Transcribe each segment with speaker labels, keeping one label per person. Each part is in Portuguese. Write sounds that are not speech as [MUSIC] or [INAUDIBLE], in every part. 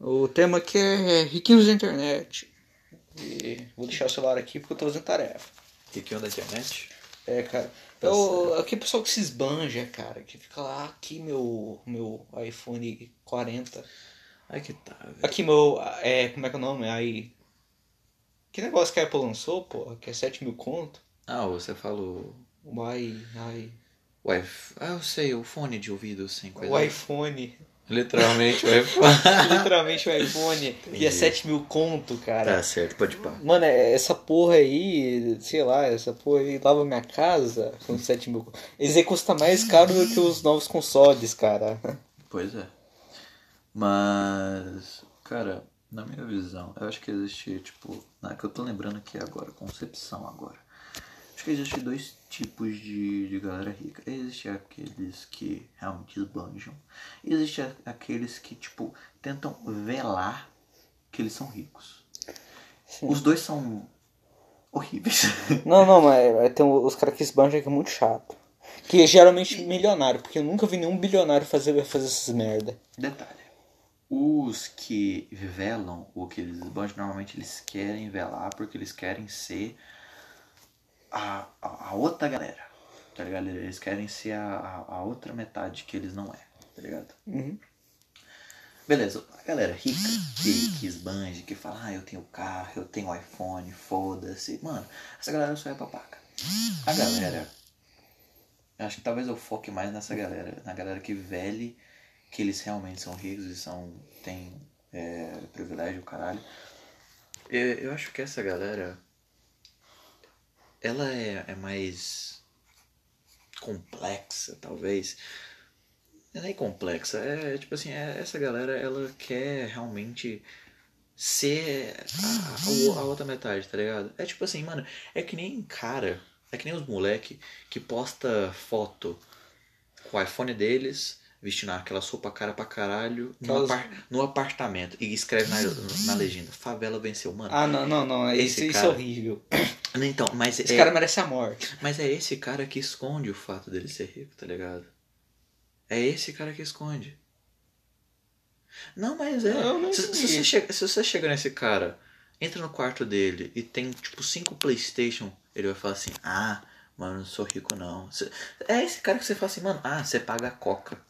Speaker 1: O tema aqui é riquinhos da internet. E vou deixar o celular aqui porque eu tô fazendo tarefa.
Speaker 2: Riquinho da internet?
Speaker 1: É, cara. Eu, aqui é o pessoal que se esbanja, cara, que fica lá, aqui meu, meu iPhone 40.
Speaker 2: Ai que tá, velho.
Speaker 1: Aqui meu. É, como é que é o nome? Aí. Que negócio que a Apple lançou, pô? Que é 7 mil conto?
Speaker 2: Ah, você falou.
Speaker 1: O i. i
Speaker 2: O iPhone. Ah, eu sei, o fone de ouvido sem coisa.
Speaker 1: o iPhone.
Speaker 2: [LAUGHS] Literalmente o iPhone.
Speaker 1: Literalmente o [LAUGHS] iPhone. E é
Speaker 2: Entendi.
Speaker 1: 7 mil conto, cara.
Speaker 2: tá certo, pode pá.
Speaker 1: Mano, é- essa porra aí, sei lá, essa porra aí lava minha casa com 7 mil. conto. Eles aí custa mais caro do que os novos consoles, cara.
Speaker 2: Pois é. Mas, cara, na minha visão, eu acho que existe, tipo, na que eu tô lembrando aqui agora, concepção agora. Acho que existe dois tipos de, de galera rica. Existe aqueles que realmente esbanjam. E existe a- aqueles que, tipo, tentam velar que eles são ricos. Os dois são horríveis.
Speaker 1: Não, não, mas é, tem os caras que esbanjam que é muito chato. Que é geralmente milionário, porque eu nunca vi nenhum bilionário fazer, fazer essas merda.
Speaker 2: Detalhe. Os que velam o que eles esbanjam, normalmente eles querem velar porque eles querem ser a, a, a outra galera. Tá ligado? Eles querem ser a, a, a outra metade que eles não é, tá ligado? Beleza, a galera rica que, que esbanje, que fala, ah, eu tenho carro, eu tenho iPhone, foda-se. Mano, essa galera só é papaca. A galera. Acho que talvez eu foque mais nessa galera, na galera que vele que eles realmente são ricos e são. tem é, privilégio, caralho. Eu, eu acho que essa galera. Ela é, é mais complexa, talvez. Ela é complexa. É tipo assim, é- essa galera, ela quer realmente ser a, a o- a outra metade, tá ligado? É tipo assim, mano, é que nem cara, é que nem os moleque que posta foto com o iPhone deles, vestindo aquela sopa cara pra caralho, no,
Speaker 1: Aquelas-
Speaker 2: apar- no apartamento, e escreve na, na legenda, favela venceu, mano.
Speaker 1: Ah, não, não, não.
Speaker 2: Esse
Speaker 1: Esse isso é
Speaker 2: cara-
Speaker 1: horrível.
Speaker 2: Então, mas
Speaker 1: Esse
Speaker 2: é,
Speaker 1: cara merece a morte.
Speaker 2: mas é esse cara que esconde o fato dele ser rico, tá ligado? É esse cara que esconde. Não, mas é.
Speaker 1: Eu não
Speaker 2: se, se
Speaker 1: entendi.
Speaker 2: você chega, se você chega nesse cara, entra no quarto dele e tem tipo cinco Playstation, ele vai falar assim, ah, mano, não sou rico não. Você- é esse cara que você fala assim, mano, ah, você paga a coca.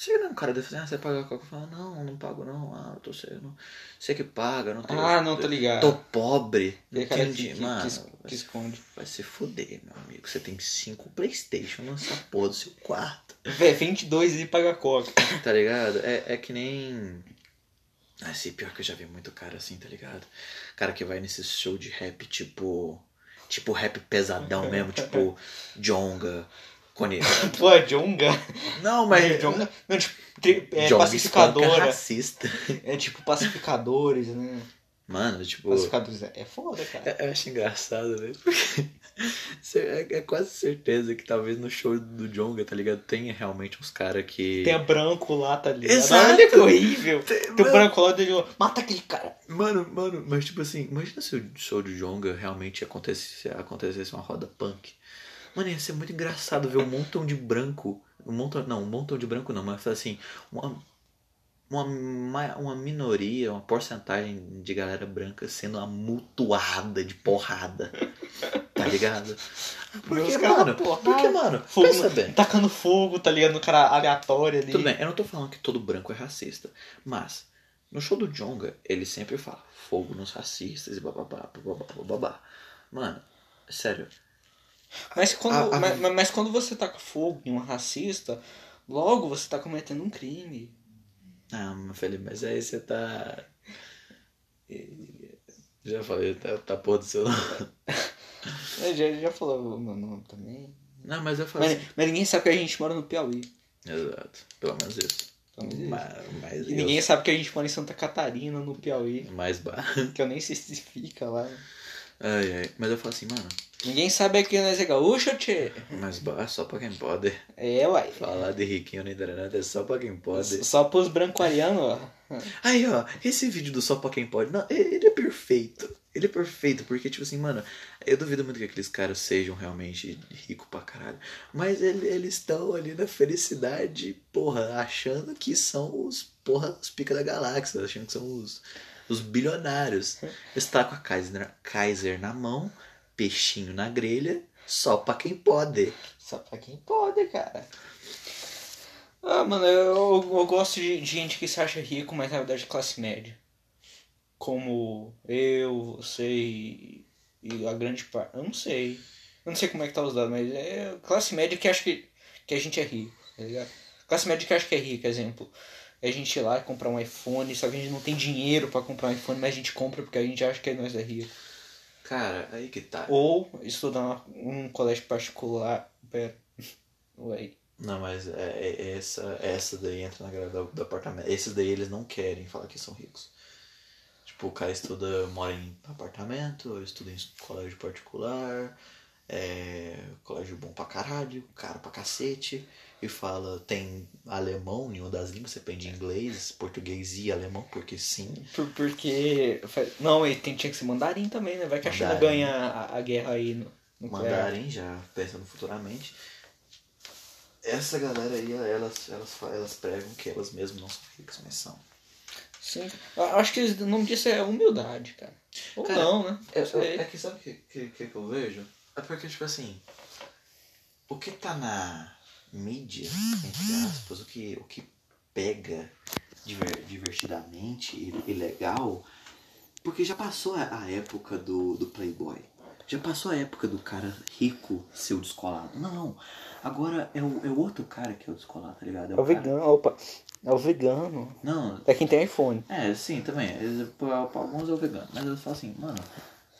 Speaker 2: Chega num cara desse, ah, você paga a coca. Fala, não, não pago não, ah, eu tô sendo. Você que paga, não tenho.
Speaker 1: Ah, não, tô ligado.
Speaker 2: Tô pobre.
Speaker 1: Ele é
Speaker 2: Não
Speaker 1: cara
Speaker 2: tenho
Speaker 1: que,
Speaker 2: dinheiro.
Speaker 1: que, que, es- que esconde.
Speaker 2: Vai se fuder, meu amigo. Você tem cinco Playstation na sua porra do seu quarto.
Speaker 1: Vé, 22 e paga coca.
Speaker 2: Tá ligado? É, é que nem. Ah, sei, pior que eu já vi muito cara assim, tá ligado? Cara que vai nesse show de rap tipo. Tipo rap pesadão mesmo, tipo Jonga, Cone.
Speaker 1: Pô, é Jonga.
Speaker 2: Não, mas.
Speaker 1: Jonga. [LAUGHS] Não, tipo, tri- é
Speaker 2: Jonga espanca
Speaker 1: pacificadora.
Speaker 2: racista.
Speaker 1: É tipo pacificadores, né?
Speaker 2: Mano, tipo.
Speaker 1: Pacificadores é é foda, cara.
Speaker 2: Eu acho engraçado, velho. Porque [LAUGHS] cê- é, é quase certeza que talvez no show do Jonga, tá ligado? Tenha realmente uns caras que.
Speaker 1: Tem a branco lá, tá ligado?
Speaker 2: Exato.
Speaker 1: É. Olha que horrível.
Speaker 2: Tem-
Speaker 1: Tem o branco lá dele, mata aquele cara.
Speaker 2: Mano, mano, mas tipo assim, imagina se o show de Jonga realmente acontecesse, acontecesse uma roda punk. Mano, ia ser muito
Speaker 1: [LAUGHS]
Speaker 2: engraçado ver um montão de branco. Um montão, não, um montão de branco não, mas assim, uma, uma, ma- uma minoria, uma porcentagem de galera branca sendo amutuada de porrada. Tá ligado?
Speaker 1: Os
Speaker 2: Porque,
Speaker 1: caras
Speaker 2: mano,
Speaker 1: da porrada.
Speaker 2: porque, mano,
Speaker 1: Fogo,
Speaker 2: pensa bem.
Speaker 1: Tacando fogo, tá ligado? No cara aleatório ali.
Speaker 2: Tudo bem, eu não tô falando que todo branco é racista, mas no show do Jonga, ele sempre fala fogo nos racistas e bababá, bababá, bababá. Mano, sério,
Speaker 1: Mas quando,
Speaker 2: A- a-
Speaker 1: mas, mas quando você taca fogo em um racista, logo você tá cometendo um crime.
Speaker 2: ah, meu filho, mas aí você tá. Já falei, tá, tá porra do seu nome.
Speaker 1: Eu É, já, já falou o meu nome também.
Speaker 2: Não, mas eu falei. assim,
Speaker 1: Mas, mas ninguém sabe que a gente mora no Piauí.
Speaker 2: Exato, pelo menos isso.
Speaker 1: Pelo menos
Speaker 2: Mas, mas
Speaker 1: E
Speaker 2: eu-
Speaker 1: ninguém sabe que a gente mora em Santa Catarina, no [LAUGHS] Piauí.
Speaker 2: Mais bar.
Speaker 1: Que eu nem sei se fica lá.
Speaker 2: Ai, ai. Mas eu falo assim, mano,
Speaker 1: Ninguém sabe que nós é gaúcho, tchê.
Speaker 2: mais bar só pra quem pode. [LAUGHS]
Speaker 1: É, uai.
Speaker 2: Falar de riquinho na internet é só pra quem pode.
Speaker 1: Só pros branco ariano, ó.
Speaker 2: Aí, ó, esse vídeo do Só Pra Quem Pode, não, ele é perfeito. Ele é perfeito, porque, tipo assim, mano, eu duvido muito que aqueles caras sejam realmente ricos pra caralho. Mas ele- eles estão ali na felicidade, porra, achando que são os, porra, os pica da galáxia, achando que são os, os [LAUGHS] bilionários. Está com a Kaiser, Kaiser na mão, peixinho na grelha, só pra quem pode.
Speaker 1: Só pra quem pode, cara. Ah, mano, eu, eu gosto de, de gente que se acha rico, mas na verdade é classe média. Como eu, você e, e a grande parte. Eu não sei. Eu não sei como é que tá os dados, mas é classe média que acha que, que a gente é rico, tá ligado? Classe média que acha que é rico, exemplo. É a gente ir lá comprar um iPhone, só que a gente não tem dinheiro pra comprar um iPhone, mas a gente compra porque a gente acha que nós é rico.
Speaker 2: Cara, aí que tá.
Speaker 1: Ou estudar num colégio particular. Pera. Ué.
Speaker 2: Não, mas é, é- é essa, essa daí entra na grade do, do apartamento. Esses daí eles não querem falar que são ricos. Tipo, o cara estuda, mora em apartamento, estuda em colégio particular, é, colégio bom pra caralho, caro pra cacete, e fala, tem alemão, nenhuma das línguas, você aprende inglês, português e alemão, porque sim.
Speaker 1: Por- porque. Não, e tem, tinha que ser mandarim também, né? Vai que a China
Speaker 2: Mandarim.
Speaker 1: ganha a, a guerra aí no. no
Speaker 2: mandarem já pensando futuramente essa galera aí elas elas fa- elas pregam que elas mesmas não são ricas mas são
Speaker 1: Sim. Eu Acho que o nome disso é humildade, cara. Ou
Speaker 2: Cara,
Speaker 1: não, né?
Speaker 2: é,
Speaker 1: Não sei.
Speaker 2: é- é que sabe o que, que, que que eu vejo é porque tipo assim o que tá na mídia entre aspas o que o que pega diver- divertidamente e, e legal porque já passou a, a época do, do playboy já passou a época do cara rico ser o descolado. Não, não. Agora é o, é o outro cara que é o descolado, tá ligado? É o cara-
Speaker 1: opa. É o vegano.
Speaker 2: Não,
Speaker 1: É quem tem iPhone.
Speaker 2: é, sim, também. Eles- Pra, pra alguns é o vegano, mas eu falo assim, mano,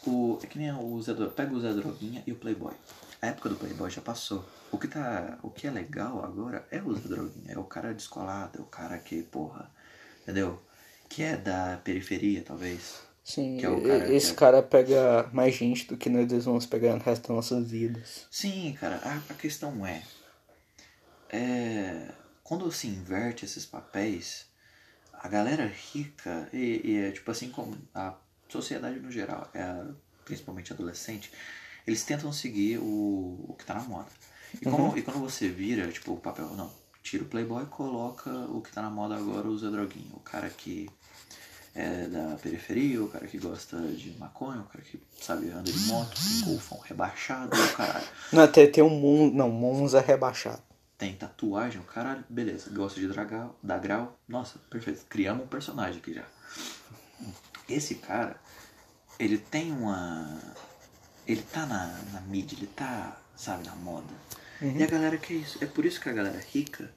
Speaker 2: o, é que nem o Zé Droguinha. Pega o Zé Droguinha e o Playboy. A época do Playboy já passou. O que, tá, o que é legal agora é o Zé Droguinha, é o cara descolado, é o cara que, porra, entendeu? Que é da periferia, talvez.
Speaker 1: Sim,
Speaker 2: Que é o cara
Speaker 1: e- esse
Speaker 2: que-
Speaker 1: cara pega mais gente do que nós dois vamos pegar no resto das nossas vidas.
Speaker 2: Sim, cara, a, a questão é, é. Quando se inverte esses papéis, a galera rica, e, e é tipo assim como a sociedade no geral, é, a- principalmente adolescente, eles tentam seguir o, o que tá na moda. E, como- e quando você vira, tipo, o papel, não, tira o Playboy e coloca o que tá na moda agora, usa droguinho. O cara que é da periferia, o cara que gosta de maconha, o cara que, sabe, anda de moto, tem golfão rebaixado, o caralho.
Speaker 1: Não, até tem um Mon... Não, Monza rebaixado.
Speaker 2: Tem tatuagem, o caralho, beleza. Gosta de dragal, dar grau. Nossa, perfeito. Criamos um personagem aqui já. Esse cara, ele tem uma. Ele tá na, na mídia, ele tá, sabe, na moda. E a galera quer isso. É por isso que a galera rica,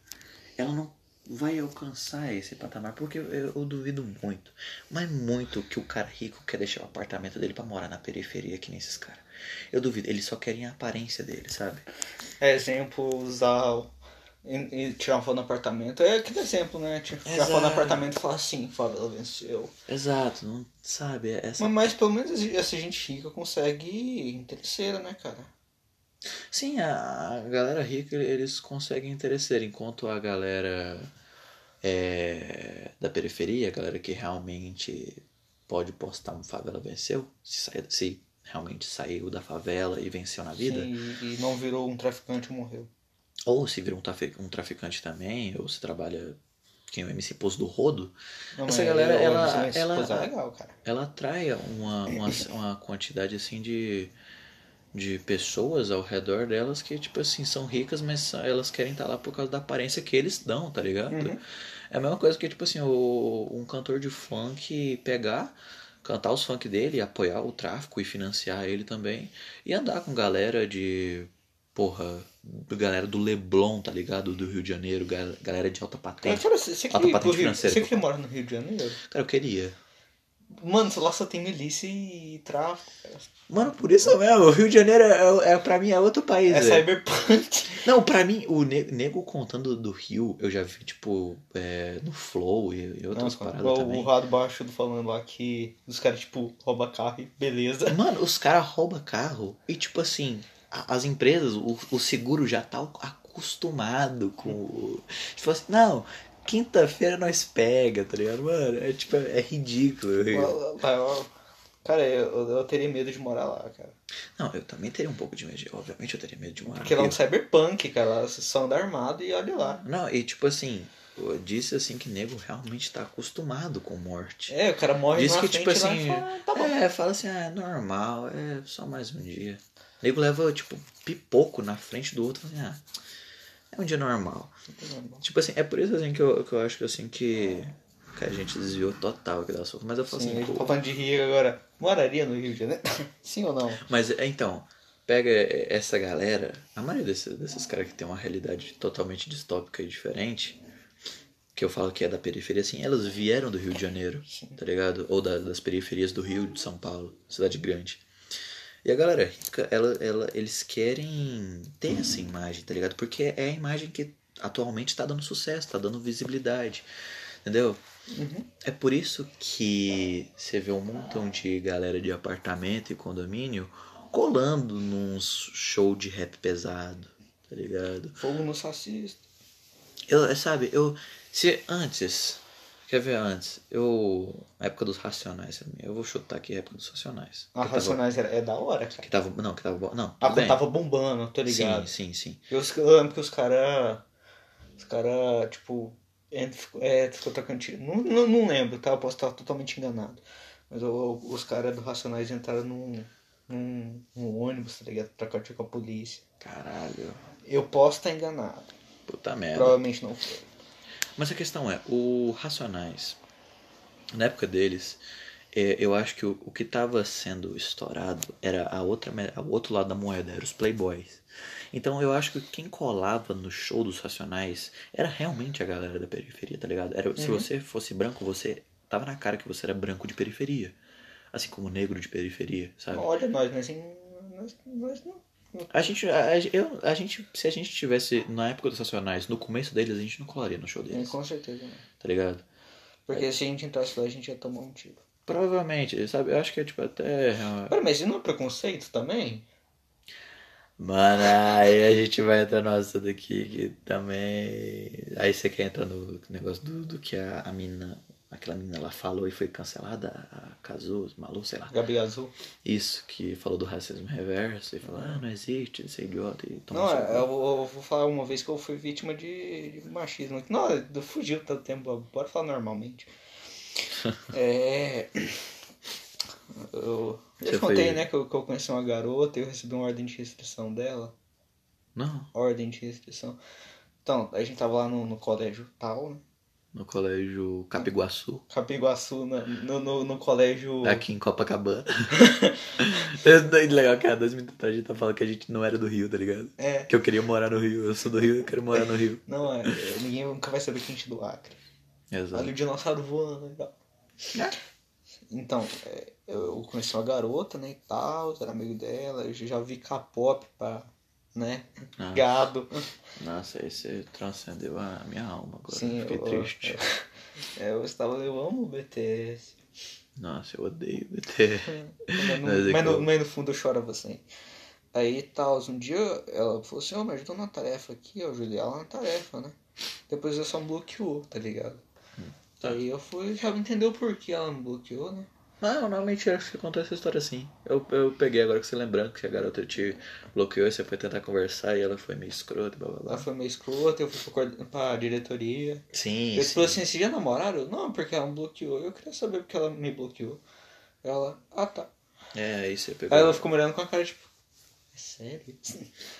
Speaker 2: ela não vai alcançar esse patamar. Porque eu, eu duvido muito. Mas muito que o cara rico quer deixar o apartamento dele pra morar na periferia, que nem esses caras. Eu duvido. Eles só querem a aparência dele, sabe?
Speaker 1: É, exemplo, usar o- e, e tirar uma foto no apartamento. É aquele exemplo, né? Tipo, tirar uma foto no
Speaker 2: Exato.
Speaker 1: apartamento e falar assim, favela venceu.
Speaker 2: Exato, não sabe, é essa...
Speaker 1: Mas, mas pelo menos essa gente rica consegue interesseira, né, cara?
Speaker 2: Sim, a, a galera rica, eles conseguem interesseira, enquanto a galera é, da periferia, a galera que realmente pode postar um favela venceu, se, sai- se realmente saiu da favela e venceu na vida,
Speaker 1: Sim, e, e não virou um traficante ou morreu.
Speaker 2: ou se vira um, trafi- um traficante também, ou se trabalha, quem é o MC Poço do Rodo,
Speaker 1: Não, é,
Speaker 2: Essa
Speaker 1: mas
Speaker 2: galera,
Speaker 1: eu-
Speaker 2: ela-
Speaker 1: eu- esse
Speaker 2: ela-
Speaker 1: coisa é legal, cara.
Speaker 2: ela atrai uma, uma, uma quantidade assim de, de pessoas ao redor delas que, tipo assim, são ricas, mas só- elas querem estar lá por causa da aparência que eles dão, tá ligado?
Speaker 1: Uhum.
Speaker 2: É a mesma coisa que, tipo assim, o, um cantor de funk pegar, cantar os funk dele, apoiar o tráfico e financiar ele também, e andar com galera de. Porra, galera do Leblon, tá ligado? Do Rio de Janeiro, gal- galera de alta
Speaker 1: Cara,
Speaker 2: patente.
Speaker 1: cara, você, você,
Speaker 2: Ela tá
Speaker 1: queria ir pro
Speaker 2: patente
Speaker 1: Rio-
Speaker 2: financeira,
Speaker 1: você
Speaker 2: pô.
Speaker 1: que mora no Rio de Janeiro?
Speaker 2: Cara, eu queria.
Speaker 1: Mano, lá só tem milícia e tráfico. cara.
Speaker 2: Mano, por isso mesmo, o Rio de Janeiro é, é pra mim é outro país.
Speaker 1: É
Speaker 2: velho.
Speaker 1: cyberpunk.
Speaker 2: Não, pra mim, o ne- nego contando do Rio, eu já vi, tipo, é, no Flow e, e outras
Speaker 1: Nossa,
Speaker 2: paradas
Speaker 1: igual o
Speaker 2: também.
Speaker 1: Rado Baixudo falando lá que os caras, tipo, roubam carro e beleza.
Speaker 2: Mano, os caras roubam carro e, tipo assim, a- as empresas, o, o seguro já tá acostumado com. o- Tipo assim, não, quinta-feira nós pega, tá ligado? Mano, é tipo, é ridículo.
Speaker 1: Lá- lá- lá- Cara, eu, eu teria medo de morar lá, cara.
Speaker 2: Não, eu também teria um pouco de medo. de- Obviamente eu teria medo de morar.
Speaker 1: Porque lá é um cyberpunk, cara. Você só anda armado e olha lá.
Speaker 2: Não, e tipo assim, eu disse assim que nego realmente tá acostumado com morte.
Speaker 1: É, o cara morre
Speaker 2: Diz
Speaker 1: na
Speaker 2: que,
Speaker 1: frente
Speaker 2: tipo
Speaker 1: lá e
Speaker 2: assim,
Speaker 1: fala, "Ah, tá bom.
Speaker 2: É, fala assim, ah, é normal, é só mais um dia. O nego leva, tipo, pipoco na frente do outro, fala assim, ah, é um dia normal.
Speaker 1: "Tá
Speaker 2: Tipo assim, é por isso assim que eu, que eu acho que assim que, que a gente desviou total aqui do assunto. Mas eu falo
Speaker 1: Sim,
Speaker 2: assim, pô,
Speaker 1: tô falando de Rio agora. Moraria no Rio de Janeiro? [LAUGHS] Sim ou não?
Speaker 2: Mas é, então, pega é, essa galera, a maioria desses, desses caras que tem uma realidade totalmente distópica e diferente, que eu falo que é da periferia, assim, elas vieram do Rio de Janeiro, tá ligado? Ou da- das periferias do Rio, de São Paulo, cidade grande. E a galera rica, ela, ela, eles querem ter essa imagem, tá ligado? Porque é a imagem que atualmente tá dando sucesso, tá dando visibilidade, entendeu?
Speaker 1: Uhum.
Speaker 2: É por isso que você vê um montão de galera de apartamento e condomínio colando num show de rap pesado, tá ligado?
Speaker 1: Fogo no sacista.
Speaker 2: Eu, é, sabe, eu. Se antes. Quer ver antes? Eu. A época dos Racionais pra mim. Eu vou chutar aqui a época dos Racionais.
Speaker 1: A
Speaker 2: que tava,
Speaker 1: Racionais era- é da hora, cara.
Speaker 2: que tava. Não, que tava. bo- Não,
Speaker 1: Ah,
Speaker 2: tudo bem.
Speaker 1: quando tava bombando, tô ligado.
Speaker 2: Sim, sim, sim.
Speaker 1: Eu, os- eu lembro que os caras. Os caras, tipo. en- ficou- É, ficou trocando tiro. Não, não, não lembro, tá? Eu posso estar totalmente enganado. Mas o- o- os caras do Racionais entraram num, num, num ônibus, tá ligado? Pra tiro com a polícia.
Speaker 2: Caralho.
Speaker 1: Eu posso estar enganado.
Speaker 2: Puta merda.
Speaker 1: Provavelmente não foi.
Speaker 2: Mas a questão é, o Racionais, na época deles, é, eu acho que o, o que estava sendo estourado era a outra, me- o outro lado da moeda, eram os playboys. Então eu acho que quem colava no show dos Racionais era realmente a galera da periferia, tá ligado? Era, Se
Speaker 1: Uhum.
Speaker 2: você fosse branco, você tava na cara que você era branco de periferia. Assim como negro de periferia, sabe?
Speaker 1: Olha nós, mas assim. Nós, nós não.
Speaker 2: A gente, a, a- eu, a gente, se a gente tivesse na época dos Racionais, no começo deles, a gente não colaria no show deles,
Speaker 1: Com certeza não.
Speaker 2: tá ligado?
Speaker 1: Porque se a gente entrasse lá, a gente ia tomar um tiro.
Speaker 2: Provavelmente, sabe? Eu acho que é tipo até.
Speaker 1: Pera, mas isso não é preconceito também?
Speaker 2: Mano, aí a gente vai entrar no assunto aqui que também. Aí você quer entrar no negócio do, do que a, a mina. Aquela menina lá falou e foi cancelada, a Cazu, Malu, sei lá.
Speaker 1: Gabi Azul.
Speaker 2: Isso, que falou do racismo reverso e falou, ah, não existe, você é idiota e toma
Speaker 1: não,
Speaker 2: seu
Speaker 1: é,
Speaker 2: cu."
Speaker 1: eu, vou- eu vou falar uma vez que eu fui vítima de, de machismo. Não, eu- fugiu tanto tempo, bora falar
Speaker 2: [LAUGHS]
Speaker 1: normalmente. é. Eu, eu
Speaker 2: Você
Speaker 1: te contei,
Speaker 2: foi-
Speaker 1: né, que eu, que eu conheci uma garota e eu recebi uma ordem de restrição dela.
Speaker 2: Não,
Speaker 1: ordem de restrição. Então, a gente tava lá no, no colégio tal, né?
Speaker 2: no colégio Capiguaçu,
Speaker 1: Capiguaçu, na- no, no, no colégio.
Speaker 2: aqui
Speaker 1: [LAUGHS]
Speaker 2: em Copacabana. é legal que há dois minutos atrás a gente tá falando que a gente não era do Rio, tá ligado?
Speaker 1: É,
Speaker 2: Que eu queria morar no Rio, eu sou do Rio, eu quero morar no Rio.
Speaker 1: não, é, é, ninguém nunca vai saber que a gente é do Acre.
Speaker 2: Exato.
Speaker 1: Olha o dinossauro voando né, e tal.
Speaker 2: É.
Speaker 1: Então, é, eu conheci uma garota, né, e tal, era amigo dela, eu já vi K-pop pra, né,
Speaker 2: Ah.
Speaker 1: gado.
Speaker 2: Nossa, aí você transcendeu a minha alma agora.
Speaker 1: Sim,
Speaker 2: Fiquei
Speaker 1: eu-
Speaker 2: triste.
Speaker 1: É, eu estava, eu amo o BTS.
Speaker 2: Nossa, eu odeio BT.
Speaker 1: Mas, no-
Speaker 2: Mas é
Speaker 1: mas
Speaker 2: que
Speaker 1: no,
Speaker 2: eu-
Speaker 1: mas no fundo eu choro você. Aí tal, um dia ela falou assim, ó, me ajudou na tarefa aqui, eu ajudei ela na tarefa, né? Depois ela só me bloqueou, tá ligado?
Speaker 2: tá.
Speaker 1: Aí eu fui, já entendeu por que ela me bloqueou, né?
Speaker 2: Não, não, mentira, você contou essa história assim. Eu, eu peguei agora que você lembrando que a garota te bloqueou e você foi tentar conversar e ela foi meio escrota, blá blá
Speaker 1: Ela
Speaker 2: blá.
Speaker 1: foi meio escrota, eu fui pra, coorden- pra diretoria.
Speaker 2: Sim,
Speaker 1: Ah, eu
Speaker 2: sim.
Speaker 1: falei assim, vocês já namoraram? Eu, Não, porque ela me bloqueou. Eu queria saber porque ela me bloqueou. Ela, ah tá.
Speaker 2: É, aí você pegou.
Speaker 1: Aí ela ficou me olhando com a cara, tipo, é sério?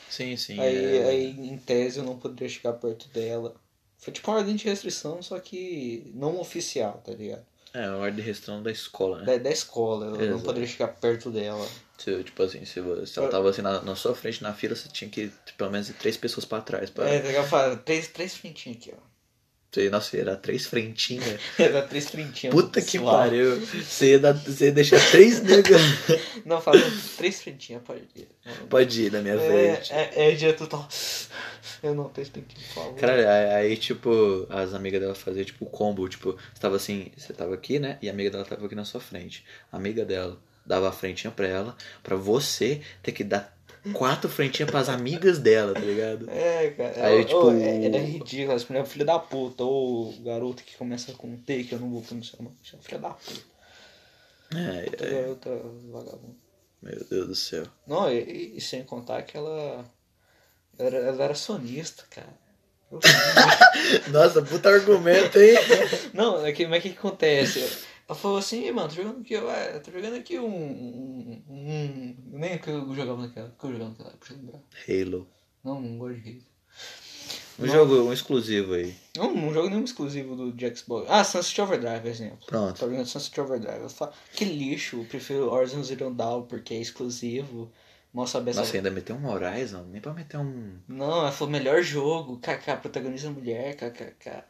Speaker 2: Sim, sim.
Speaker 1: Aí,
Speaker 2: é.
Speaker 1: aí, em tese, eu não poderia chegar perto dela. Foi tipo uma ordem de restrição, só que não oficial, tá ligado?
Speaker 2: É, a ordem de restrição da escola, né?
Speaker 1: Da, da escola, eu não
Speaker 2: Exato.
Speaker 1: poderia chegar perto dela.
Speaker 2: Se, tipo assim, se, você, se ela
Speaker 1: É.
Speaker 2: tava assim na, na sua frente na fila, você tinha que ir pelo menos ir três pessoas pra trás. Pra...
Speaker 1: É, tá ligado? Fala, três, três frentinhas aqui,
Speaker 2: [LAUGHS]
Speaker 1: ó.
Speaker 2: Você, nossa, era três frentinhas.
Speaker 1: Era três frentinhas.
Speaker 2: Puta que
Speaker 1: É Suave.
Speaker 2: pariu. Você ia, dar- você ia deixar
Speaker 1: [LAUGHS]
Speaker 2: três negros.
Speaker 1: Não, fala, três frentinhas, pode ir.
Speaker 2: Pode ir na minha frente.
Speaker 1: É, é, é direto tal. Eu não, três frentinhas, por favor.
Speaker 2: Caralho, aí, aí, tipo, as amigas dela faziam, tipo, combo, tipo, você tava assim, você tava aqui, né? E a amiga dela tava aqui na sua frente. A amiga dela dava a frentinha pra ela, pra você ter que dar quatro frentinhas pras amigas dela, tá ligado?
Speaker 1: É, cara.
Speaker 2: Aí,
Speaker 1: Ô,
Speaker 2: tipo-
Speaker 1: ô, é, é ridículo. As mulheres, filha da puta. Ou garoto que começa com T, que eu não vou pronunciar o nome. Filha da puta.
Speaker 2: Ai,
Speaker 1: é Outra
Speaker 2: ai,
Speaker 1: garota vagabunda.
Speaker 2: meu Deus do céu.
Speaker 1: Não, e, e sem contar que ela. Ela era, ela era sonista, cara. Eu
Speaker 2: [LAUGHS]
Speaker 1: sonista.
Speaker 2: Nossa, puta argumento, hein?
Speaker 1: não, é que, mas o que que acontece? Ela falou assim, "Ih, mano, tô jogando aqui, ué, tô jogando aqui um. um, um- nem o que eu jogava naquela. O que eu jogava naquela? Puxa, lembrar.
Speaker 2: Halo.
Speaker 1: Não, não gosto de Halo.
Speaker 2: Um jogo, um exclusivo aí.
Speaker 1: Não, não jogo nenhum exclusivo do de Xbox. Ah, Sunset Overdrive, por exemplo.
Speaker 2: Pronto.
Speaker 1: Tá jogando Sunset Overdrive. Eu falo, que lixo, eu prefiro Horizon Zero Dawn porque é exclusivo. Mal saber
Speaker 2: Nossa, ainda meteu um Horizon? Nem pra meter um.
Speaker 1: Não, ela falou melhor jogo, KK, protagonista mulher, KKK.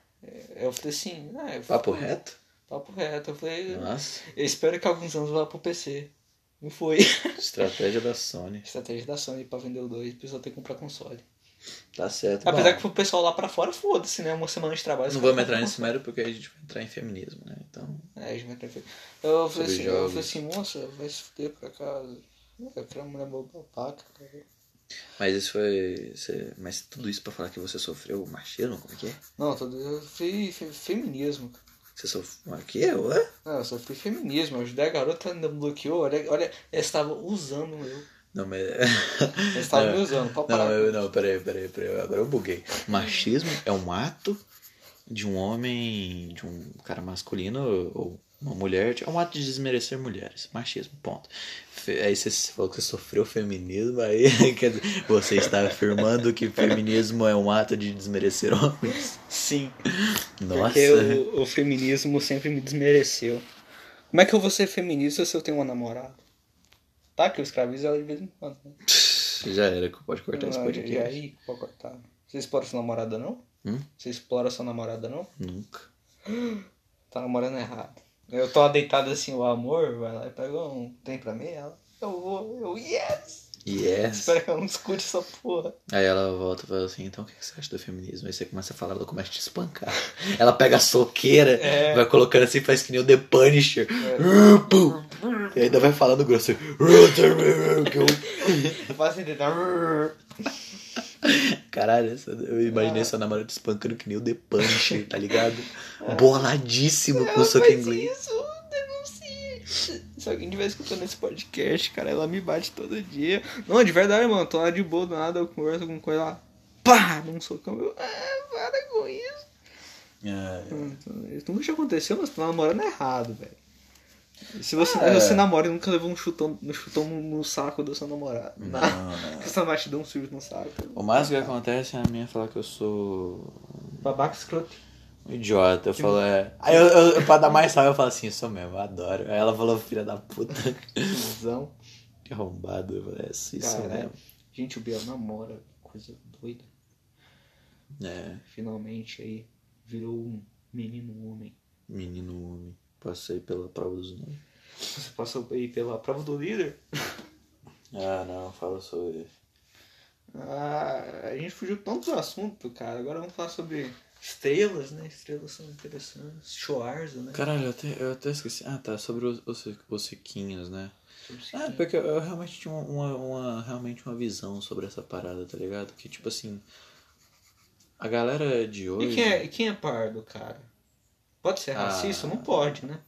Speaker 1: Eu falei assim, ah, eu falei,
Speaker 2: Papo reto? Ah.
Speaker 1: papo reto. Eu falei,
Speaker 2: Nossa.
Speaker 1: eu espero que alguns anos vá pro PC. Não foi. [LAUGHS]
Speaker 2: Estratégia da Sony.
Speaker 1: Estratégia da Sony pra vender o 2, precisa ter que comprar console.
Speaker 2: Tá certo.
Speaker 1: Apesar
Speaker 2: Bom,
Speaker 1: que pro pessoal lá pra fora, foda-se, né? Uma semana de trabalho. os
Speaker 2: Não
Speaker 1: caras
Speaker 2: vamos entrar
Speaker 1: compram
Speaker 2: nesse mérito porque aí a gente vai entrar em feminismo, né? Então.
Speaker 1: É, a gente vai entrar em fe- Eu falei
Speaker 2: Sobre
Speaker 1: assim, eu
Speaker 2: jogos.
Speaker 1: falei assim, moça, vai se fuder pra casa. Eu quero uma mulher boba paca. cara.
Speaker 2: Mas isso foi. você- Mas tudo isso pra falar que você sofreu machismo? Como é que é?
Speaker 1: Não, eu tô... eu fui fe- feminismo. cara.
Speaker 2: Você sofreu. O quê? Ué?
Speaker 1: Não, eu só fui feminismo. Eu ajudei a garota, ainda me bloqueou. Olha, olha ela estava usando eu.
Speaker 2: Não, mas. [LAUGHS]
Speaker 1: Ela estava
Speaker 2: Não.
Speaker 1: me usando, pode parar.
Speaker 2: É. Não, eu, não, peraí, peraí, peraí, agora eu buguei. Machismo é um ato de um homem, de um cara masculino ou uma mulher, é um ato de desmerecer mulheres. Machismo, ponto. Fe- Aí você falou que você sofreu feminismo, aí [LAUGHS] quer dizer, você está afirmando que feminismo é um ato de desmerecer homens.
Speaker 1: Sim,
Speaker 2: Nossa,
Speaker 1: porque o, o feminismo sempre me desmereceu. Como é que eu vou ser feminista se eu tenho uma namorada? Tá, que eu escravizo ela de vez em quando. Né?
Speaker 2: já era que pode cortar esse
Speaker 1: Ah, E
Speaker 2: podcast.
Speaker 1: aí, pode cortar. Você explora sua namorada não?
Speaker 2: Hum?
Speaker 1: Você explora sua namorada não?
Speaker 2: Nunca.
Speaker 1: Tá namorando errado. Eu tô deitado assim, o amor, vai lá e pega um. Tem pra mim? Ela. Eu vou, eu, yes!
Speaker 2: Yes.
Speaker 1: Espero que ela não escute essa porra.
Speaker 2: Aí ela volta e fala assim, então o que que você acha do feminismo? Aí você começa a falar, ela começa a te espancar. [LAUGHS] Ela pega a soqueira,
Speaker 1: É.
Speaker 2: vai colocando assim, faz que nem o The Punisher. Pum! E ainda vai falando grosso.
Speaker 1: Faz entender.
Speaker 2: Caralho, essa- eu imaginei sua namorada te espancando que nem o The Punisher, tá ligado? Boladíssimo com o
Speaker 1: Ela
Speaker 2: soco
Speaker 1: faz
Speaker 2: inglês.
Speaker 1: isso, denuncie. Se alguém tiver escutando esse podcast, cara, ela me bate todo dia. Não, de verdade, mano, tô lá de boa, do nada, eu converso com coisa lá. Pá, dá um socão. Eu, ah, para com isso.
Speaker 2: É.
Speaker 1: Isso Então, nunca já aconteceu, mas tô namorando errado, velho. Se você,
Speaker 2: Ah, é.
Speaker 1: se você namora e nunca levou um chutão, um chutão no, no saco da sua namorada.
Speaker 2: Não,
Speaker 1: Na-
Speaker 2: não.
Speaker 1: [LAUGHS] Você não vai te dar um sujo no saco.
Speaker 2: O máximo que acontece é a minha falar que eu sou
Speaker 1: Babaca escroto.
Speaker 2: um idiota. Eu falo, é. Aí eu, eu, pra dar mais sal, eu falo assim, sou mesmo, eu adoro. Aí ela falou, filha da puta. [LAUGHS]
Speaker 1: Cusão.
Speaker 2: Que arrombado, eu falei, é isso
Speaker 1: Caralho.
Speaker 2: mesmo.
Speaker 1: Gente, o Biel namora. Coisa doida.
Speaker 2: É,
Speaker 1: finalmente aí virou um menino homem.
Speaker 2: menino homem. Passei pela prova dos nomes.
Speaker 1: Você passou aí pela prova do líder?
Speaker 2: Ah, não, fala sobre.
Speaker 1: Ah, a gente fugiu tanto do assunto, cara. Agora vamos falar sobre estrelas, né? Estrelas são interessantes. Schwarza, né?
Speaker 2: Caralho, eu até, eu até esqueci. Ah, tá, sobre os, os, os sequinhos, né?
Speaker 1: Sobre isso
Speaker 2: Ah,
Speaker 1: aqui.
Speaker 2: porque eu, eu realmente tinha uma, uma, realmente uma visão sobre essa parada, tá ligado? Que tipo assim. A galera de hoje.
Speaker 1: E quem é, e quem é pardo, cara? Pode ser
Speaker 2: né? Ah.
Speaker 1: racista? Não pode, né?